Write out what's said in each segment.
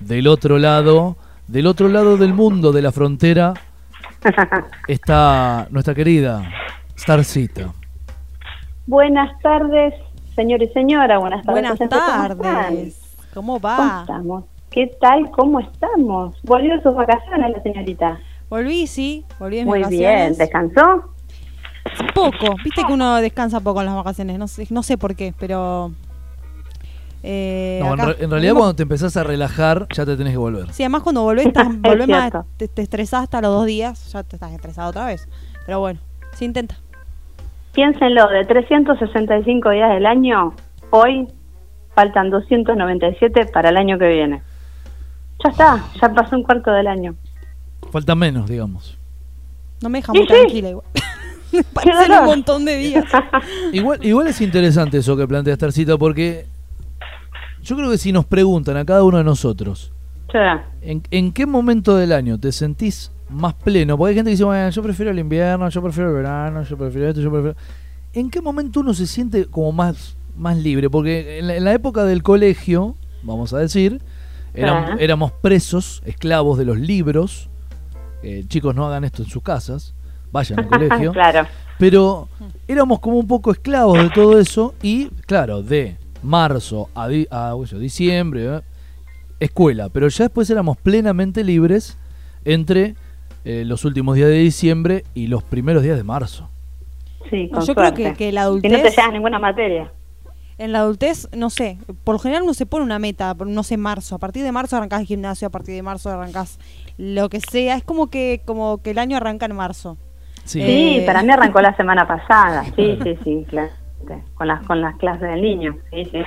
Del otro lado, del otro lado del mundo, de la frontera, está nuestra querida Starcita. Buenas tardes, señor y señora. Buenas tardes. Buenas José, ¿cómo están? tardes. ¿Cómo ¿Cómo va? estamos? ¿Qué tal? ¿Cómo estamos? ¿Volvió de sus vacaciones la señorita? Volví, sí, volví en mis Muy bien, vacaciones. ¿descansó? poco, viste que uno descansa poco en las vacaciones, no sé, no sé por qué, pero... eh, No, en, acá re- en realidad venimos- cuando te empezás a relajar ya te tenés que volver. Sí, además cuando volvés, estás- Es volvés más, cierto. te, te estresás hasta los dos días, ya te estás estresado otra vez. Pero bueno, se intenta. Piénsenlo, de 365 días del año, hoy faltan 297 para el año que viene. Ya está, ya pasó un cuarto del año. Falta menos, digamos. No me deja Sí, muy sí. tranquila igual. Parecen dolor. un montón de días. Igual, igual es interesante eso que plantea Starcita porque yo creo que si nos preguntan a cada uno de nosotros, Ya. ¿en, en qué momento del año te sentís más pleno? Porque hay gente que dice, bueno, yo prefiero el invierno, yo prefiero el verano, yo prefiero esto, yo prefiero... ¿En qué momento uno se siente como más, más libre? Porque en la, en la época del colegio, vamos a decir, éramos, Ah. éramos presos, esclavos de los libros. Eh, chicos, no hagan esto en sus casas, vayan al colegio. claro. Pero éramos como un poco esclavos de todo eso y, claro, de marzo a, di- a, qué sé yo, diciembre, ¿eh? escuela, pero ya después éramos plenamente libres entre eh, los últimos días de diciembre y los primeros días de marzo. Sí, No, con yo creo suerte. que- que la Y no te adultez- llevas ninguna materia. En la adultez, no sé, por lo general uno se pone una meta, por- no sé, marzo. A partir de marzo arrancás gimnasio, a partir de marzo arrancás lo que sea. Es como que, como que el año arranca en marzo. Sí. Sí, Eh. para mí arrancó la semana pasada. Sí, sí, sí, claro. Con las, con las clases del niño. Sí, sí.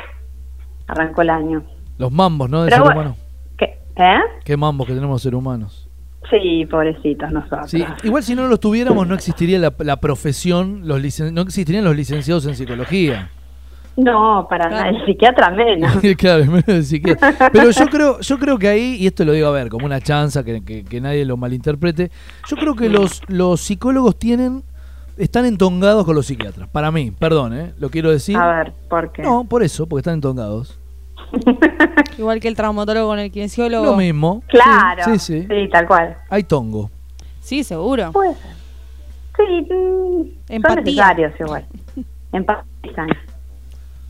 Arrancó el año. Los mambos, ¿no? De Pero ser bueno, humano. ¿Qué? ¿Eh? Qué mambos que tenemos los seres humanos. Sí, pobrecitos nosotros. Sí, igual si no los tuviéramos no existiría la, la profesión, los licen- no existirían los licenciados en psicología. No, para Claro. nada. El psiquiatra menos. Claro, menos de psiquiatra. Pero yo creo, yo creo que ahí, y esto lo digo a ver, como una chanza que, que- que nadie lo malinterprete, yo creo que los, los psicólogos tienen, están entongados con los psiquiatras. Para mí, perdón, ¿eh? lo quiero decir. A ver, ¿por qué? No, por eso, porque están entongados. Igual que el traumatólogo con el kinesiólogo. Lo mismo. Claro. Sí, sí. sí. tal cual. Hay tongo. Sí, seguro. Puede ser. Sí, mm, son Empatía. necesarios igual. Empatizan,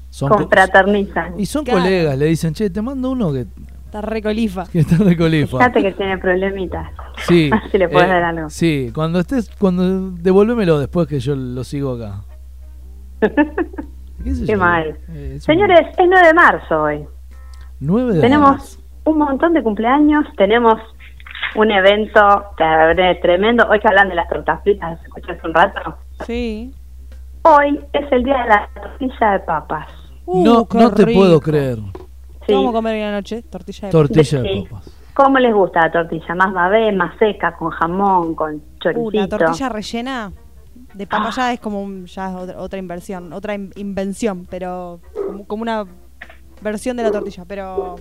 Son co- confraternizan. y son Claro. colegas, le dicen, che, te mando uno que, Está recolifa. que está de colifa. Fíjate que tiene problemitas. Sí. Eh, Así le podés dar algo. Sí, cuando estés, cuando devolvémelo después que yo lo sigo acá. sé Qué yo? mal. Eh, es un- Señores, es 9 de marzo hoy. 9 de marzo. Tenemos un montón de cumpleaños, tenemos un evento tre- tremendo. Hoy que hablan de las tortas fritas, ¿las escuché hace un rato. Sí. Hoy es el día de la tortilla de papas. Uh, no, qué no te rico. puedo creer. ¿Qué Sí. vamos a comer hoy a la noche? Tortilla de Tortilla de Sí. papas. ¿Cómo les gusta la tortilla? ¿Más babé, más seca, con jamón, con choricito? Una Uh, tortilla rellena de papa ya es como un- ya es otra, otra inversión, otra in- invención, pero como, como una versión de la tortilla, pero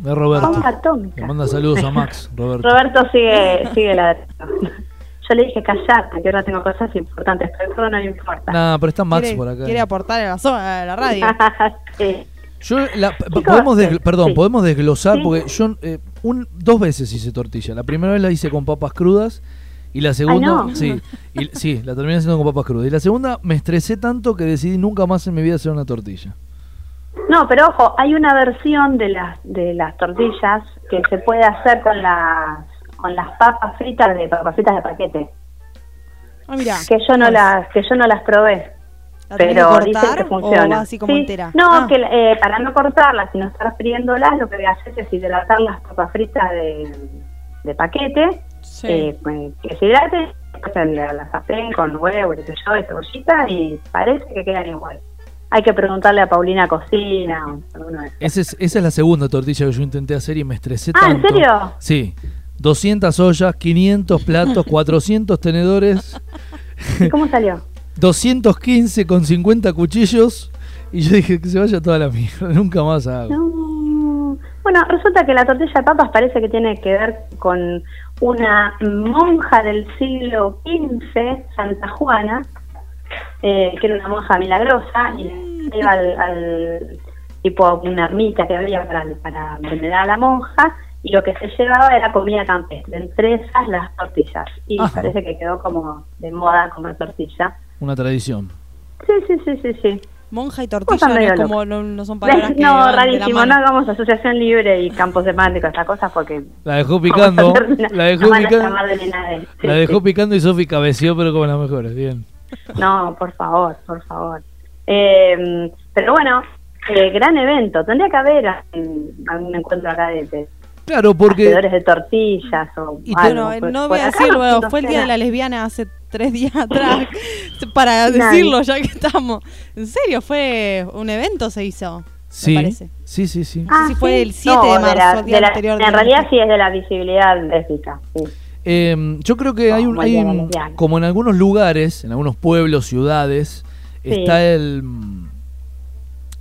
De Roberto. Bomba atómica. Le manda saludos a Max, Roberto. Roberto sigue, sigue la... Yo le dije, callate, que ahora tengo cosas importantes, pero eso no me importa. Nah, pero está Max quiere, por acá. eh. quiere aportar a la, zo- a la radio. Ah, Sí. Yo la- podemos sí, desgl- perdón, eh, sí. podemos desglosar Sí. porque yo eh, un, dos veces hice tortilla. La primera vez la hice con papas crudas y la segunda, no. sí, y- sí, la terminé haciendo con papas crudas. Y la segunda me estresé tanto que decidí nunca más en mi vida hacer una tortilla. No, pero ojo, hay una versión de las de las tortillas que se puede hacer con las con las papas fritas de papas fritas de paquete. Ah, mirá. Que yo no las que yo no las probé, ¿La tenés que pero dicen cortar que o funciona. va así como Sí, entera? No, Ah, que eh, para no cortarlas, sino estar friéndolas, lo que voy a hacer es hidratar las papas fritas de, de paquete, sí. eh, con- que se hidraten, después la- las hacen con huevo, qué sé yo, y cebollita y parece que quedan igual. Hay que preguntarle a Paulina Cocina o alguno de esos. Esa es, esa es la segunda tortilla que yo intenté hacer y me estresé Ah, ¿en tanto. serio? Sí. 200 ollas, 500 platos, 400 tenedores, ¿Y ¿Cómo salió? 215 con 50 cuchillos. Y yo dije que se vaya toda la mierda, nunca más hago. No. Bueno, resulta que la tortilla de papas parece que tiene que ver con una monja del siglo XV, Santa Juana, eh, que era una monja milagrosa, y la iba al, al- tipo una ermita que había para, para envenenar a la monja, y y lo que se llevaba era comida campestre, entre esas las tortillas. Y Ajá. parece que quedó como de moda comer tortilla. Una tradición. Sí, sí, sí, sí, sí. Monja y Cosa tortilla no, pues medio es como, no, no son palabras que van no, de la rarísimo, no mano. hagamos asociación libre y campo semántico, estas cosas, porque... La dejó picando. vamos a terminar- La nos dejó van a picando. llamar del INADE. Sí, La sí. dejó picando y Sofi cabeció, pero como las mejores. Bien. No, por favor, por favor. Eh, pero bueno, eh, gran evento. Tendría que haber algún algún encuentro acá de, de Claro, porque. hacedores de tortillas o Y algo. Bueno, pues, no por voy a acá decirlo, no fue el día de será. la lesbiana hace tres días atrás, para Nadie. decirlo ya que estamos. En serio, fue un evento se hizo. Sí. parece. Sí, sí, sí. no sé si fue el 7 de marzo, la- el día Ah, de la- anterior de En la realidad lesbiana. sí es de la visibilidad lésbica. Sí. Eh, yo creo que Oh, hay, un, muy hay bien, un- lesbiana. como en algunos lugares, en algunos pueblos, ciudades, Sí. está el mm,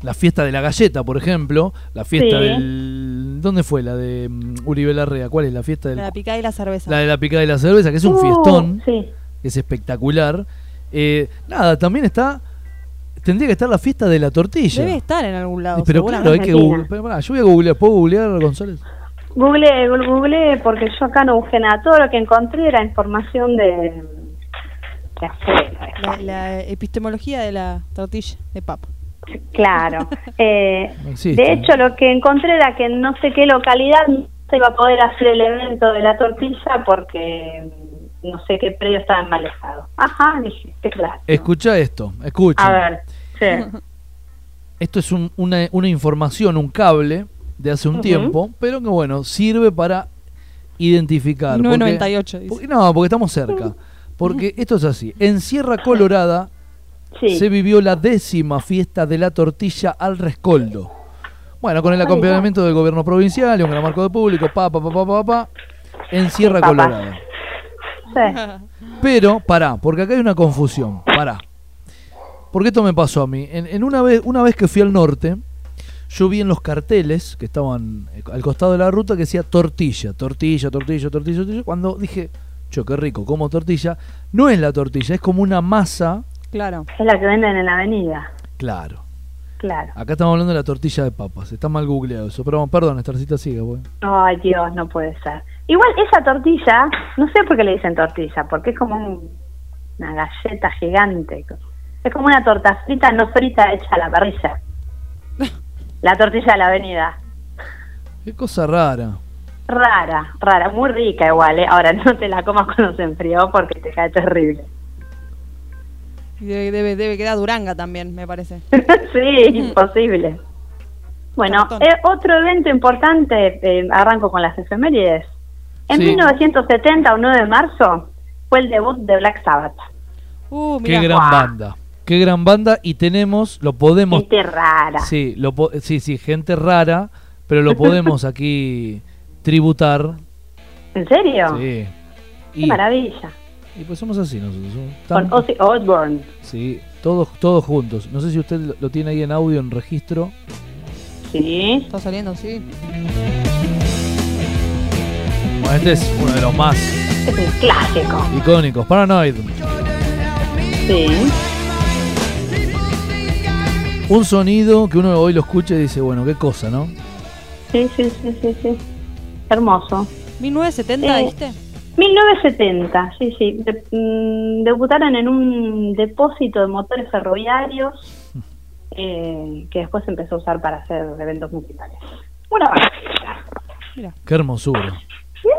la fiesta de la galleta, por ejemplo, la fiesta Sí. del ¿dónde fue la de mm, Uribe Larrea? ¿Cuál es la fiesta del La picada y la cerveza. la de la picada de la cerveza, que es un Uh, fiestón, Sí. que es espectacular. Eh, nada, también está tendría que estar la fiesta de la tortilla. Debe estar en algún lado. Pero claro, hay seguramente. que Argentina. googlear. Pero pará, yo voy a googlear, ¿puedo googlear González? Google, Google, Google, porque yo acá no busqué nada. Todo lo que encontré era información de, de afuera. de La, la epistemología de la tortilla de papa. Claro. Eh, No existe. de hecho, lo que encontré era que en no sé qué localidad no se iba a poder hacer el evento de la tortilla porque mm, no sé qué predio estaba en mal estado. Ajá, dije, qué claro. Escucha esto, escucha. A ver, sí. Esto es un- una, una información, un cable de hace un Ujú. tiempo, pero que bueno, sirve para identificar. porque- 9.98 dice. porque- no, porque estamos cerca. Porque esto es así. En Sierra Colorada Sí. se vivió la décima fiesta de la tortilla al rescoldo. Bueno, con el acompañamiento del gobierno provincial y un gran marco de público, pa, pa, pa, pa, pa, pa, en Sierra papá. Colorada. sí. Pero, pará, porque acá hay una confusión. Pará. Porque esto me pasó a mí. En, en una, vez, una vez que fui al norte, yo vi en los carteles que estaban eh, al costado de la ruta que decía tortilla, tortilla, tortilla, tortilla, tortilla. Cuando dije, yo qué rico, como tortilla, no es la tortilla, es como una masa. Claro. Es la que venden en la avenida. Claro. Claro. Acá estamos hablando de la tortilla de papas. Está mal googleado eso. Pero perdón, Estarcita sigue, güey. Ay, Dios, no puede ser. Igual esa tortilla, no sé por qué le dicen tortilla, porque es como un- una galleta gigante. Es como una torta frita, no frita, hecha a la parrilla. La tortilla de la avenida. Qué cosa rara. Rara, rara, muy rica igual, ¿eh? Ahora no te la comas cuando se enfrió porque te cae terrible. Y Debe, debe, debe quedar Duranga también, me parece. sí, imposible. Bueno, Cartón. eh, otro evento importante, eh, arranco con las efemérides. En Sí. 1970, un 9 de marzo, fue el debut de Black Sabbath. Uh, Qué mira. gran guau. banda. Qué gran banda y tenemos, lo podemos Gente rara. Sí, lo po- sí, sí, gente rara, pero lo podemos aquí tributar. ¿En serio? Sí. Qué Y, maravilla. y pues somos así nosotros. somos Con tan- Ozzy Osbourne. sí, todos, todos juntos. No sé si usted lo, lo tiene ahí en audio, en registro. Sí. Está saliendo, sí. Bueno, este es uno de los más Es un clásico. icónicos. Paranoid. Sí. Un sonido que uno hoy lo escucha y dice, bueno, qué cosa, ¿no? Sí, sí, sí, sí, sí. Hermoso. Eh, 1970, dijiste. 1970, sí, sí. De- mm, debutaron en un depósito de motores ferroviarios eh, que después se empezó a usar para hacer eventos musicales. Una barbaridad. Mira. Qué hermosura.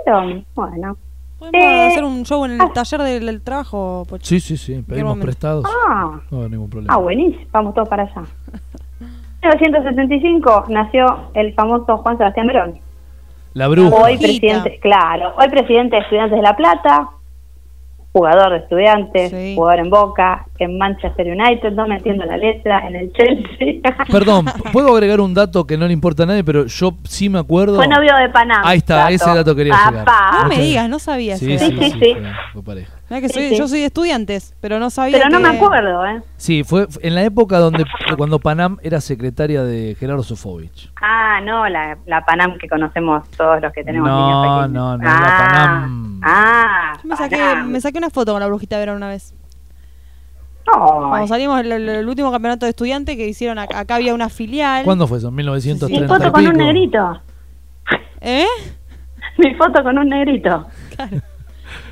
¿Vieron? Bueno. Podemos Eh, hacer un show en el ah. taller del, del trabajo, Pocho. Sí, sí, sí. Pedimos momento. prestados. Ah, No va a haber ningún ah, problema. buenísimo. Vamos todos para allá. 1975 nació el famoso Juan Sebastián Verón. La bruja. Hoy Brujita. presidente, claro, hoy presidente de Estudiantes de La Plata, jugador de Estudiantes, Sí. jugador en Boca, en Manchester United, no me entiendo la letra, en el Chelsea. Perdón, ¿puedo agregar un dato que no le importa a nadie, pero yo sí me acuerdo? Fue novio de Panamá. Ahí está, ese dato quería llegar. Ah, No Muchas Ah, me digas, gracias. no sabía Sí, eso. eh. sí, Sí, sí, sí, fue- sí. fue pareja. Mirá que Sí, soy- sí. Yo soy de estudiantes, pero no sabía Pero no que- me acuerdo, ¿eh? Sí, fue f- en la época donde cuando Panam era secretaria de Gerardo Sofovich. Ah, no, la, la Panam que conocemos todos los que tenemos No, niños pequeños. no, no, la ah, Panam. Ah, Yo me saqué, Panam. me saqué una foto con la brujita Verón una vez. No, Cuando salimos el, el- el último campeonato de estudiantes que hicieron acá, acá había una filial. ¿Cuándo fue eso? ¿En y 1930 foto y con un pico? negrito. ¿Eh? mi foto con un negrito.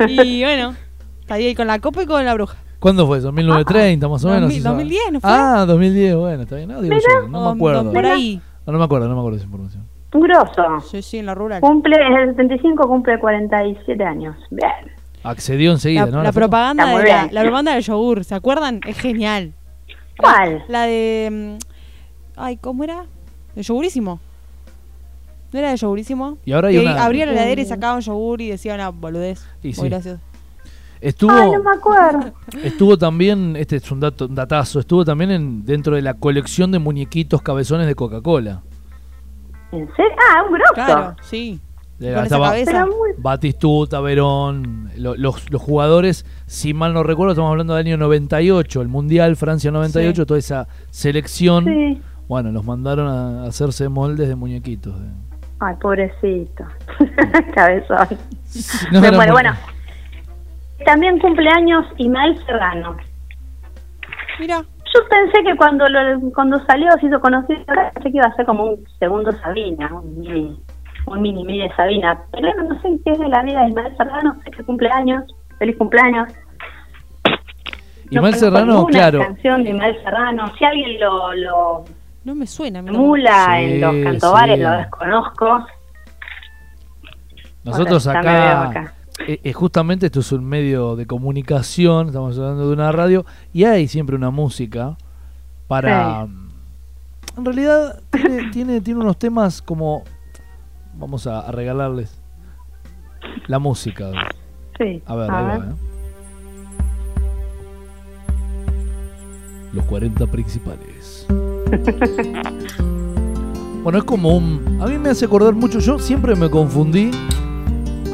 Y bueno, está ahí con la copa y con la bruja. ¿Cuándo fue eso? 1930 más o menos. 2000, esa- 2010 ¿no fue? Ah, 2010, bueno, está bien. No, digo yo, no O me acuerdo. Por No, ahí. no me acuerdo, no me acuerdo de esa información. Un grosso. Sí, sí, en la rural. Cumple, es el 75, cumple 47 años. Bien. Accedió La, enseguida, ¿no? la La foto. propaganda Está muy de la, bien. la propaganda del yogur, ¿se acuerdan? Es genial. ¿Cuál? La de. mm, Ay, ¿cómo era? De yogurísimo. ¿No era de yogurísimo? Y ahora hay Que una- abrían la heladera y Mm. sacaban yogur y decían una boludez. Y Muy sí. gracioso. Estuvo, Ay, no me acuerdo. estuvo también, este es un, dato, un datazo, estuvo también en, dentro de la colección de muñequitos cabezones de Coca-Cola. ¿En serio? Ah, un grosso. Claro, sí. Eh, Con esa estaba- cabeza. Pero muy... Batistuta, Verón, lo- los, los jugadores, si mal no recuerdo, estamos hablando del año 98, el Mundial Francia 98, Sí. toda esa selección. Sí. Bueno, los mandaron a hacerse moldes de muñequitos. eh. de- Ay, pobrecito. Cabezón. No, Me era muero. muy- Bueno. También cumpleaños Imael Serrano. Mira, Yo pensé que cuando lo- cuando salió, se hizo conocido, pensé que iba a ser como un segundo Sabina, un mini, un mini, mini de Sabina. Pero bueno, no sé qué es de la vida de Ismael Serrano, sé que cumpleaños, feliz cumpleaños. No Imael conozco Serrano, ninguna claro. canción de Ismael Serrano, si alguien lo, lo no me suena. mira. emula Sí, en los cantobares, sí. lo desconozco. Nosotros Hola, ya me acá, veo acá. eh, eh, justamente esto es un medio de comunicación, estamos hablando de una radio, y hay siempre una música para... En realidad tiene, tiene, tiene unos temas como... Vamos a, a regalarles la música. Sí. A ver, ahí va, ¿eh? Los 40 principales. bueno, es como un. A mí me hace acordar mucho. Yo siempre me confundí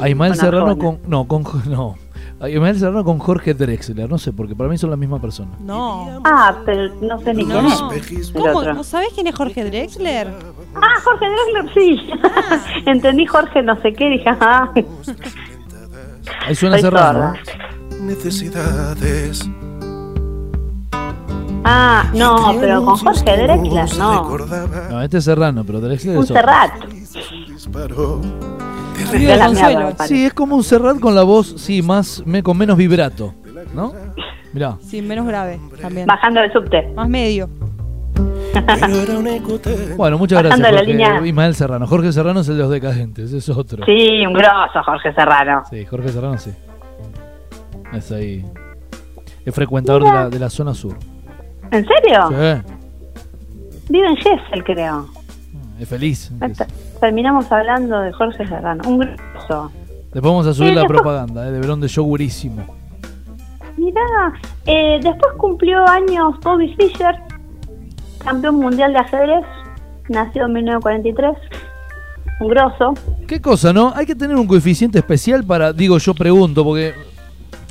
a Ismael Con Serrano Arjona. con. No, con. No. A Ismael Serrano con Jorge Drexler. No sé, porque para mí son la misma persona. No. Ah, pero no sé ni No. quién es. El ¿Cómo? otro. ¿No sabés quién es Jorge Drexler? Ah, Jorge Drexler, sí. Entendí Jorge no sé qué, dije, ah. Ahí suena Soy Serrano. ¿eh? Necesidades. Ah, no, pero con Jorge Drexler, no. Recordaba No, este es Serrano, pero Drexler Un es otro. Serrat. un disparo. Te Amigo de la Consuelo. mierda, Sí, es como un Serrat con la voz, sí, más, me- con menos vibrato. ¿No? Mirá. Sí, menos grave también. Bajando del subte. Más medio. Pero era un eco tenue. Bueno, muchas gracias. Bajando la Jorge- línea. Ismael Serrano. Jorge Serrano es el de los decadentes, es otro. Sí, un grosso Jorge Serrano. Sí, Jorge Serrano sí. Es ahí. Es frecuentador de la, de la zona sur. ¿En serio? Sí. Vive en Jessel, creo. Es feliz. Esta- Terminamos hablando de Jorge Serrano. Un grosso. Después vamos a subir Sí, la después- propaganda eh, de Verón de Yogurísimo. Mirá, eh, después cumplió años Bobby Fischer, campeón mundial de ajedrez, nació en 1943. Un grosso. ¿Qué cosa, no? Hay que tener un coeficiente especial para. Digo, yo pregunto, porque.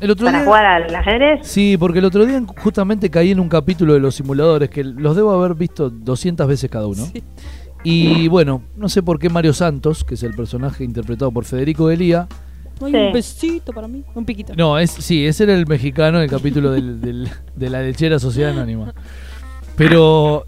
El otro Para día. jugar al ajedrez. Sí, porque el otro día justamente caí en un capítulo de los simuladores que los debo haber visto 200 veces cada uno. Sí. Y bueno, no sé por qué Mario Santos, que es el personaje interpretado por Federico Elía, No hay Sí. un besito para mí. Un piquito. no, es, sí, ese era el mexicano en el capítulo del- del- de la lechera Sociedad Anónima. Pero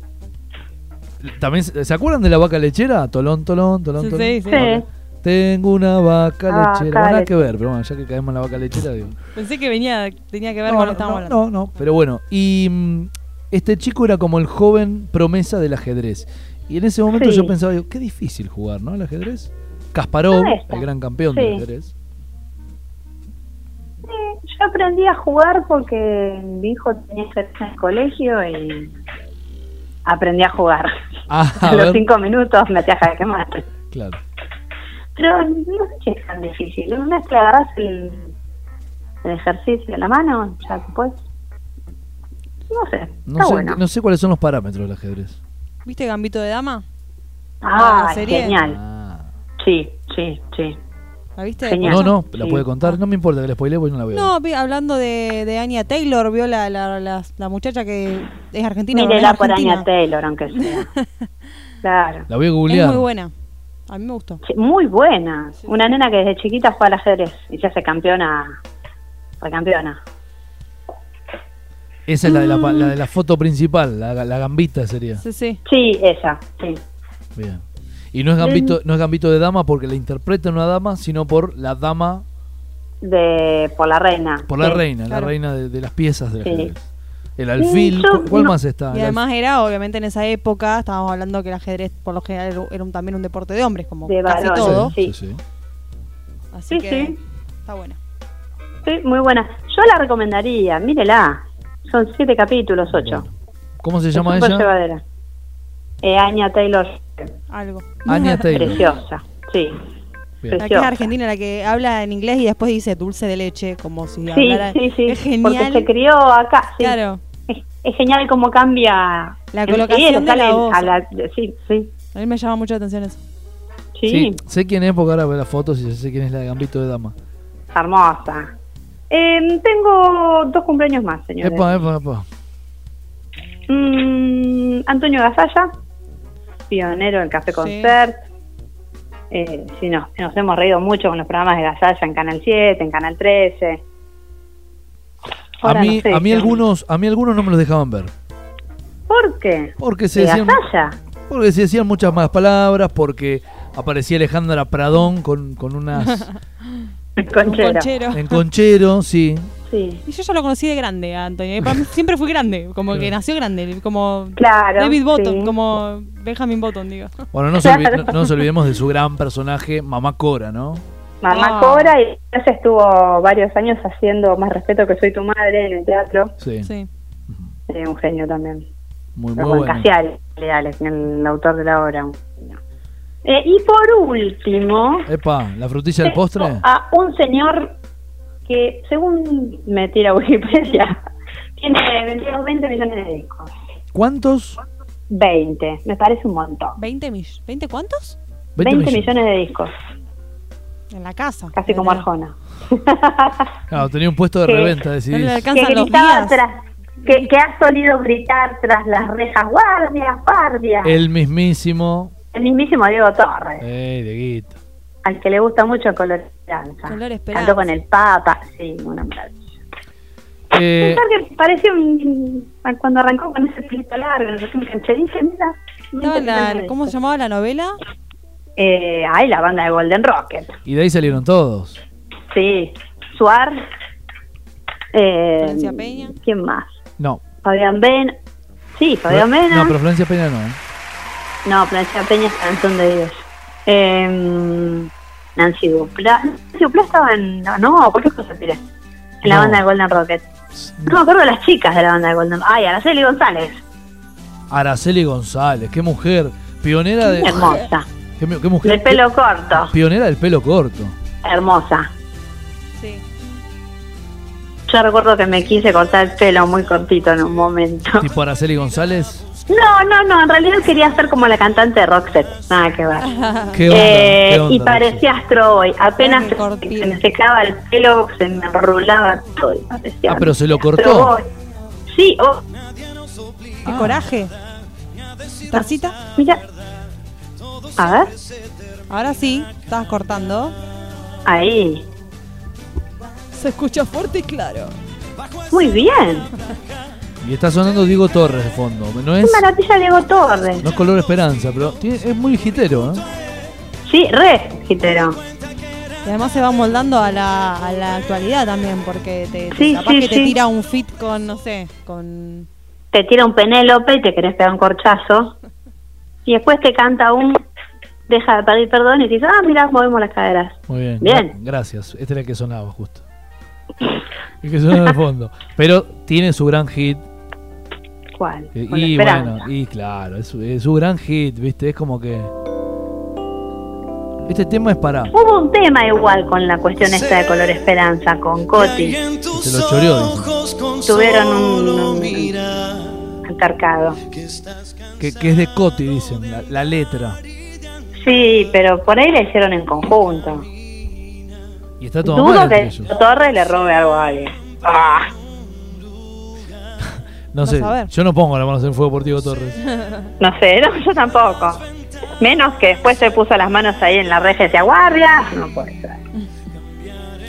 también se se acuerdan de la vaca lechera, tolón, tolón, tolón, Sí, tolón. sí, sí. Ok. Tengo una vaca Ah, lechera, vaca Bueno, nada lechera. que ver, pero bueno, ya que caemos en la vaca lechera, digo. Pensé que venía, tenía que ver con lo que estábamos hablando. No, no, pero bueno. Y mm, este chico era como el joven promesa del ajedrez. Y en ese momento Sí. yo pensaba, digo, qué difícil jugar, ¿no? El ajedrez. Kasparov, No es tan- el gran campeón sí. del ajedrez. Yo aprendí a jugar porque mi hijo tenía ajedrez en el colegio y aprendí a jugar. Ah, A a los ver, cinco minutos me hacía jaque mate. claro. Pero no sé si es tan difícil. Una vez que agarras el, el ejercicio en la mano, ya después. No sé, No está sé, bueno. no sé cuáles son los parámetros del ajedrez. ¿Viste Gambito de Dama? ah, la serie. genial. Ah. Sí, sí, sí. ¿La viste? Genial. No, no, la Sí. puede contar. No me importa que la spoilé porque no la voy a ver. No, vi- hablando de, de Anya Taylor, vio la, la, la, la muchacha que es argentina. pero no es Mírela por argentina. Anya Taylor, aunque sea. claro. La voy a Es googlear. muy buena. A mí me gustó. Sí, Muy buena. Una nena que desde chiquita juega al ajedrez y se hace campeona. Fue campeona. Esa es la de la, pa- la Ah. de la foto principal, la, la gambita sería. Sí, sí. Sí, esa, sí. Bien. Y no es gambito, no es gambito de dama porque la interpreta una dama, sino por la dama, de por la reina. por la Sí. reina, la claro. reina de, de las piezas del Sí. ajedrez. El alfil, yo ¿cu- ¿cuál no- más está? Y El además era, obviamente en esa época, estábamos hablando que el ajedrez por lo general era- era un- también un deporte de hombres, como De casi varones, todo. alfil. Sí, Sí. sí, sí. Así Sí, que sí. está buena. Sí, muy buena. Yo la recomendaría, mírela. Son siete capítulos, ocho. Bueno. ¿Cómo se Es llama súper ella? llevadera. Eh, Anya Taylor, Algo. Anya Taylor. preciosa. Sí. Bien. La que es argentina, la que habla en inglés y después dice dulce de leche, como si Sí, hablara. sí, sí. Es genial. Porque se crió acá. sí. Claro. Es, es genial cómo cambia. La enseguida colocación de sale la voz. a la- sí, sí, A mí me llama mucho la atención eso. sí. Sí, sé quién es porque ahora veo las fotos y sé quién es la de Gambito de Dama. Hermosa. Eh, tengo dos cumpleaños más, señores. Epa, epa, epa. Mm, Antonio Gasalla, pionero del Café Sí. Concert. Eh, sí, nos, nos hemos reído mucho con los programas de Gasalla en Canal 7, en Canal 13. A Ahora mí, no sé, a mí yo- algunos, a mí algunos no me los dejaban ver. ¿Por qué? Porque se ¿De decían, Gasalla? porque se decían muchas más palabras, porque aparecía Alejandra Pradón con, con unas El Un conchero. conchero. en conchero, sí. Sí. Y yo ya lo conocí de grande, a Antonio. Y para mí siempre fui grande, como que nació grande, como Claro. David Button, sí. como Benjamin Button, digo. Bueno, no, se olvi- no- no nos olvidemos de su gran personaje, Mamá Cora, ¿no? Mamá Ah. Cora y ella estuvo varios años haciendo Más respeto que soy tu madre en el teatro. Sí, Sí. Eh, un genio también. muy, muy Juan bueno. Casiari, Alex, el autor de la obra. un genio. Eh, y por último, Epa, la frutilla del tengo ah, postre. a un señor que, según me tira Wikipedia, tiene vendidos 20 millones de discos. ¿Cuántos? 20, me parece un montón. 20 millones. ¿20 cuántos? 20 20, millones de discos, En la casa. casi como Arjona. Claro, tenía un puesto de Sí. reventa, decidís. No le alcanza. que Cansan los gritaba días. tras, que, que ha solido gritar tras las rejas, guardia, guardia. El, El mismísimo. mismísimo Diego Torres, Ey, Dieguito. al que le gusta mucho Color Esperanza. Color Esperanza. Cantó con el Papa, sí, una maravilla. Eh, Pensar que parecía un, cuando arrancó con ese pelito largo, no sé qué, un cancherito, mira. Estaba en la- mira ¿Cómo se esto. llamaba la novela? Eh, ay, la banda de Golden Rocket. y de ahí salieron todos. Sí, Suar. Eh, Florencia Peña. ¿Quién más? No. Fabián Ben. Sí, Fabián Fla- Mena. No, pero Florencia Peña no. ¿eh? No, Florencia Peña es canción de Dios. Eh, Nancy Dupla. Nancy Dupla estaba en. No, no ¿por qué cosa tiré? En la No. banda de Golden Rocket. No me acuerdo de las chicas de la banda de Golden Rocket. Ay, Araceli González. Araceli González, qué mujer. Pionera de. Hermosa. Qué, mu- qué mujer. De pelo corto. Pionera del pelo corto. Hermosa. Sí. Yo recuerdo que me quise cortar el pelo muy cortito en un momento. Tipo Araceli González. No, no, no. En realidad quería ser como la cantante de Roxette. Nada que ver. Qué onda. Eh, qué onda, y parecía Astro Boy. Apenas Ay, se, cortito. se me secaba el pelo, se me enrolaba todo. y parecía Ah, pero se lo cortó. Astro Boy. Sí, oh, Araceli. Qué Ah, coraje. Tarcita, mira. A ver, ahora sí, estabas cortando. ahí. Se escucha fuerte y claro. Muy bien. Y está sonando Diego Torres de fondo. No Qué es, maravilla Diego Torres. no es color esperanza, pero tiene- es muy jitero. ¿eh? Sí, re, Gitero. Y además se va moldando a la, a la actualidad también, porque te, te- Sí, capaz sí, que te sí. tira un fit con, no sé, con. Te tira un Penélope y te querés pegar un corchazo. Y después te canta un deja de pedir perdón y te dice, ah, mira, movemos las caderas. Muy bien. Bien. gra- Gracias. Este era el que sonaba justo. El que sonaba de fondo. Pero tiene su gran hit. ¿Cuál? eh, Con Y esperanza. bueno, y claro, es, su- es su gran hit, ¿viste? Es como que. Este tema es para. Hubo un tema igual con la cuestión esta de color esperanza, con Coti, Se lo choreó. dice. Tuvieron un- encarcado. Que, que es de Coti, dicen, la, la letra. Sí, pero por ahí la hicieron en conjunto. Y está todo Dudo mal entre que ellos. Torres le robe algo a alguien. Ah, No sé, saber. yo no pongo la mano en fuego por Diego Torres. no sé, no, yo tampoco. Menos que después se puso las manos ahí en la reja y decía, guardia. No puede ser.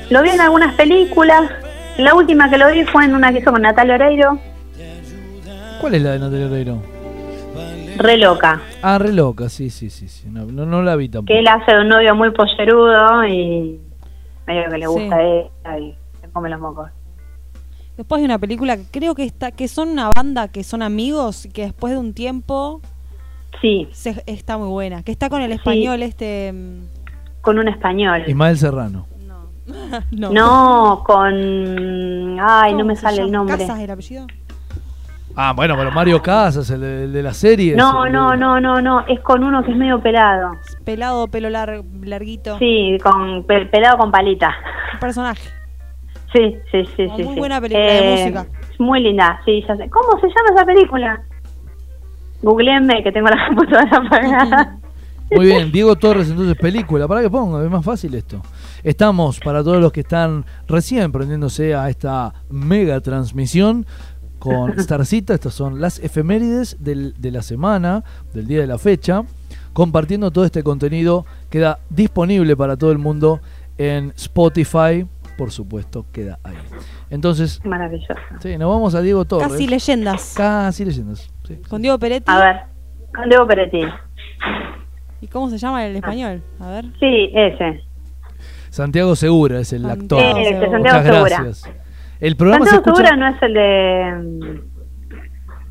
Lo vi en algunas películas. La última que lo vi fue en una que hizo con Natalia Oreiro. ¿Cuál es la de Natalia Oreiro? re loca. Ah, re loca, sí, sí, sí. sí. No, no, no la vi tampoco. Que él hace de un novio muy pollerudo y medio que le Sí. gusta a ella y se come los mocos. Después hay una película que creo que está, que son una banda que son amigos y que después de un tiempo Sí, se- está muy buena. Que está con el español este mm, con un español. Ismael Serrano. no. no. No, con... Ay, no ¿Cómo me se sale el llama? nombre. ¿Casas el apellido? Ah, bueno, pero Mario Casas, el de, el de la serie. No, no, no, no, no, es con uno que es medio pelado. Pelado, pelo lar- larguito. Sí, con pe- pelado con palita. Un personaje. Sí, sí, sí, Muy sí. sí. buena película de música. es Muy linda, sí, ya sé. ¿Cómo se llama esa película? Googleenme que tengo la computadora apagada. Muy bien, Diego Torres, entonces película. Para que ponga, es más fácil esto. Estamos, para todos los que están recién prendiéndose a esta mega transmisión con Starcita, estas son las efemérides del- de la semana, del día de la fecha. Compartiendo todo este contenido, queda disponible para todo el mundo en Spotify, por supuesto, queda ahí. Entonces, Maravilloso. sí, nos vamos a Diego Torres. Casi leyendas. Casi leyendas. sí. Con Diego Peretti. A ver, con Diego Peretti. ¿Y cómo se llama en el Ah. español? A ver. Sí, ese. Santiago Segura es el actor. Santiago Ese, Segura. Santiago Muchas Segura. gracias. El programa Santiago se escucha. Segura no es el de... mm,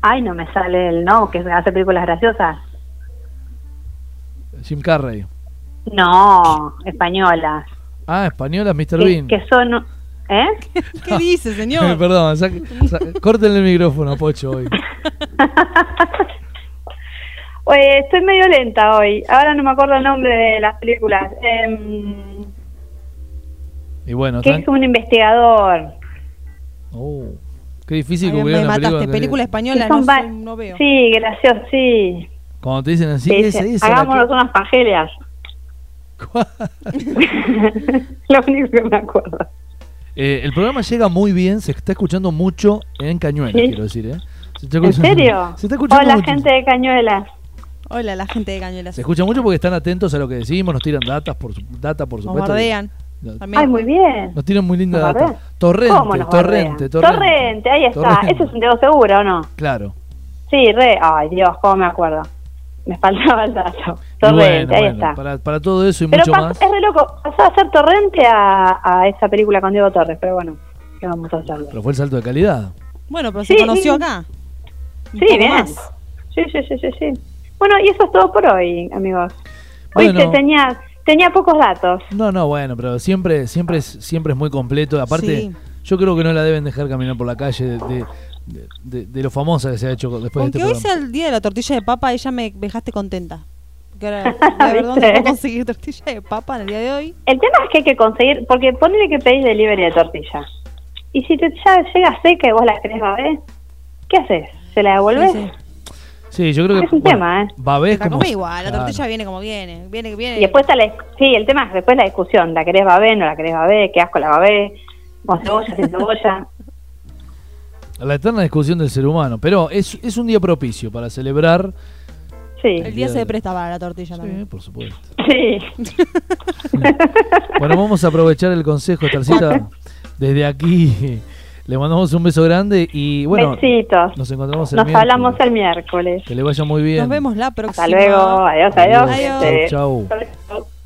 Ay, no me sale el no, que hace películas graciosas. Jim Carrey. No, españolas. Ah, española, Mr. Que, Bean. que son... un- ¿Eh? ¿Qué dice, señor? Perdón, sa- sa- córtenle el micrófono a Pocho hoy. Oye, estoy medio lenta hoy. Ahora no me acuerdo el nombre de las películas. Em, Y bueno, que tan- es un investigador. Oh, qué difícil Ay, me googlear una mataste. película. Película española, Que son no, va- soy- no veo. Sí, gracioso, sí. Cuando te dicen así, Que esa, dice, esa, la Hagámonos unas pangelias. que- Lo único que me acuerdo. Eh, el programa llega muy bien, se está escuchando mucho en Cañuelas, Sí. quiero decir, ¿eh? Se está ¿En escuchando- serio? Se está escuchando Hola, mucho. gente de Cañuelas. Hola, la gente de Cañuelas. Se escucha mucho porque están atentos a lo que decimos, nos tiran datas, por, su- data, por Nos supuesto. bardean. No, También. Ay, muy bien. Nos tiran muy linda ¿Nos data. bardean? ¿Cómo Torrente, nos torrente, torrente, bardean? Torrente, ahí está. Torrente. Ese es un dedo seguro, ¿o no? Claro. Sí, re. Ay, Dios, cómo me acuerdo. Me faltaba el dato. Y Torrente, bueno, ahí bueno, está. Para, para todo eso y Pero mucho pas- más. es re loco, pasó a ser torrente a, a esa película con Diego Torres, pero bueno, ¿qué vamos a hacer? Pero fue el salto de calidad. Bueno, pero Sí. se conoció acá. Un Sí, poco bien. más. Sí, sí, sí, sí, sí. Bueno, y eso es todo por hoy, amigos. Hoy Bueno. tenía, tenía pocos datos. No, no, bueno, pero siempre, siempre, es, siempre es muy completo. Aparte, Sí. yo creo que no la deben dejar caminar por la calle de, de, de- de- de lo famosa que se ha hecho después Aunque de hoy este sea programa. el día de la tortilla de papa, ella me dejaste contenta. Porque ahora voy a ver dónde ¿Viste? puedo conseguir tortilla de papa en el día de hoy. El tema es que hay que conseguir, porque ponele que pedís delivery de tortilla. Y si te ya llega seca y vos la querés babé, ¿qué haces? ¿Se la devolvés? Sí, Sí, yo creo que. es un tema, ¿eh? Babés La como. comés igual, la claro. tortilla viene como viene. Viene, viene. Y después está la, sí, el tema es después la discusión, ¿la querés babé, no la querés babé, qué asco la babé, con cebolla, sin cebolla. La eterna discusión del ser humano. Pero es, es un día propicio para celebrar. Sí, el día se presta para la tortilla Sí, también. por supuesto. sí. Bueno, vamos a aprovechar el consejo, Tarcita. Desde aquí le mandamos un beso grande y bueno, Besitos. nos encontramos el Nos miércoles. hablamos el miércoles. Que le vaya muy bien. Nos vemos la próxima. Hasta luego. Adiós, adiós. Adiós. Este, Chau, chau. hasta luego.